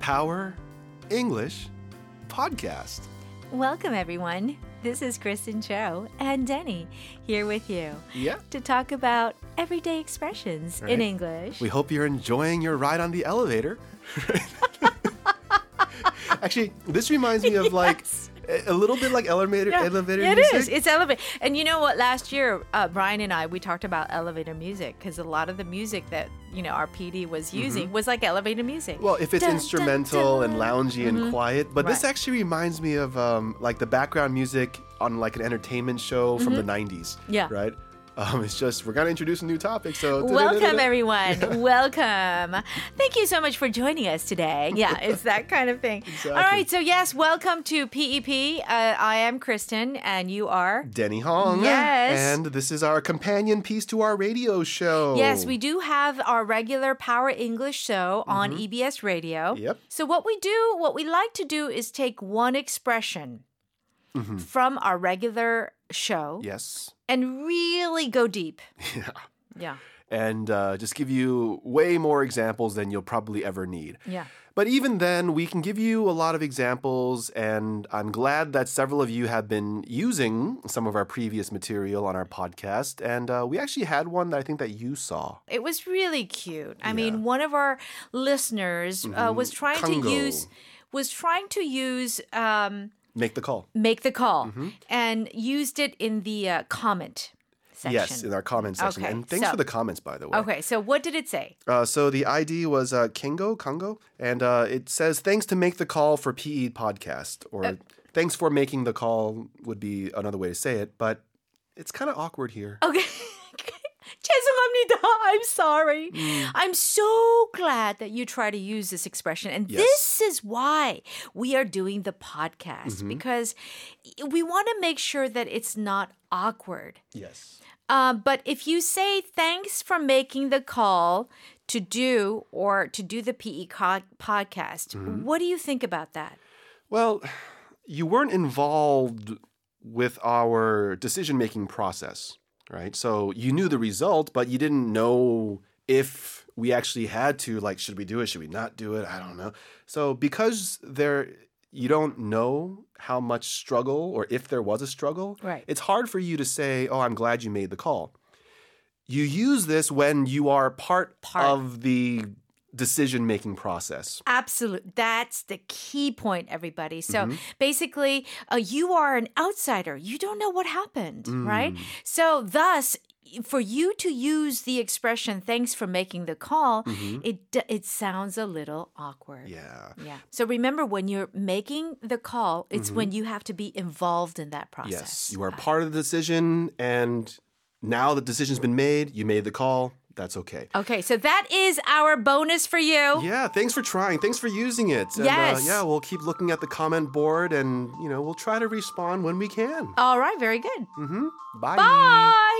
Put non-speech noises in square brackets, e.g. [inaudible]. Power English Podcast. Welcome, everyone. This is Kristen Cho and Denny here with you Yeah. to talk about everyday expressions Right. in English. We hope you're enjoying your ride on the elevator. [laughs] Actually, this reminds me of like [laughs] Yes. a a little bit like elevator Yeah, elevator it music. is. It's elevator. And you know what? Last year, uh, Brian and I we talked about elevator music because a lot of the music that you know our PD was using was like elevator music. Mm-hmm. Well, if it's Dun, dun, instrumental and dun. Mm-hmm. loungy and quiet, but this Right. actually reminds me of um, like the background music on like an entertainment show from the '90s. Mm-hmm. Yeah. Right. Um, it's just we're gonna introduce a new topic, so Welcome, everyone. Welcome. Thank you so much for joining us today. [laughs] Yeah, it's that kind of thing. All right. So, yes, welcome to PEP. Uh, I am Kristen, and you are. Denny Hong. Yes. And this is our companion piece to our radio show. Yes, we do have our regular Power English show on EBS Radio. Mm-hmm. Yep. So, what we do, what we like to do is take one expression Mm-hmm. from our regular show Yes. and really go deep. [laughs] Yeah. Yeah. And uh, just give you way more examples than you'll probably ever need. Yeah. But even then, we can give you a lot of examples, and I'm glad that several of you have been using some of our previous material on our podcast. And uh, we actually had one that I think that you saw. It was really cute. I mean, one of our listeners uh, was trying Mm-hmm. Congo. to use was trying to use um, Make the call. make the call Mm-hmm. and used it in the uh, comment section. Yes, in our comment section. Okay, and thanks so- for the comments, by the way. okay, so what did it say? Uh, so the ID was uh, Kingo Congo, and uh, it says thanks to make the call for PE podcast, or thanks for making the call would be another way to say it, but it's kind of awkward here. Okay. [laughs] 죄송합니다. I'm sorry. Mm. I'm so glad that you try to use this expression. And Yes. this is why we are doing the podcast Mm-hmm. because we want to make sure that it's not awkward. Yes. Uh, but if you say thanks for making the call to do or to do the PE co- podcast, Mm-hmm. what do you think about that? Well, you weren't involved with our decision making process, right? So you knew the result, but you didn't know if we actually had to, like, should we do it? Should we not do it? I don't know. So because there, you don't know how much struggle or if there was a struggle, Right. it's hard for you to say, oh, I'm glad you made the call. You use this when you are part, Part. of the decision making [sighs] process. Absolute. That's the key point, everybody. So Mm-hmm. basically, uh, you are an outsider. You don't know what happened, Mm. right? So, thus, for you to use the expression "thanks for making the call," it d- it sounds a little awkward. Mm-hmm. Yeah. Yeah. So remember, when you're making the call, it's when you have to be involved in that process. Mm-hmm. Yes, you are part of the decision, and now the decision's been made. You made the call. That's okay. Okay, so that is our bonus for you. Yeah, thanks for trying. Thanks for using it. And, uh, Yes. yeah, we'll keep looking at the comment board, and you know, we'll try to respond when we can. All right, very good. Bye. Bye.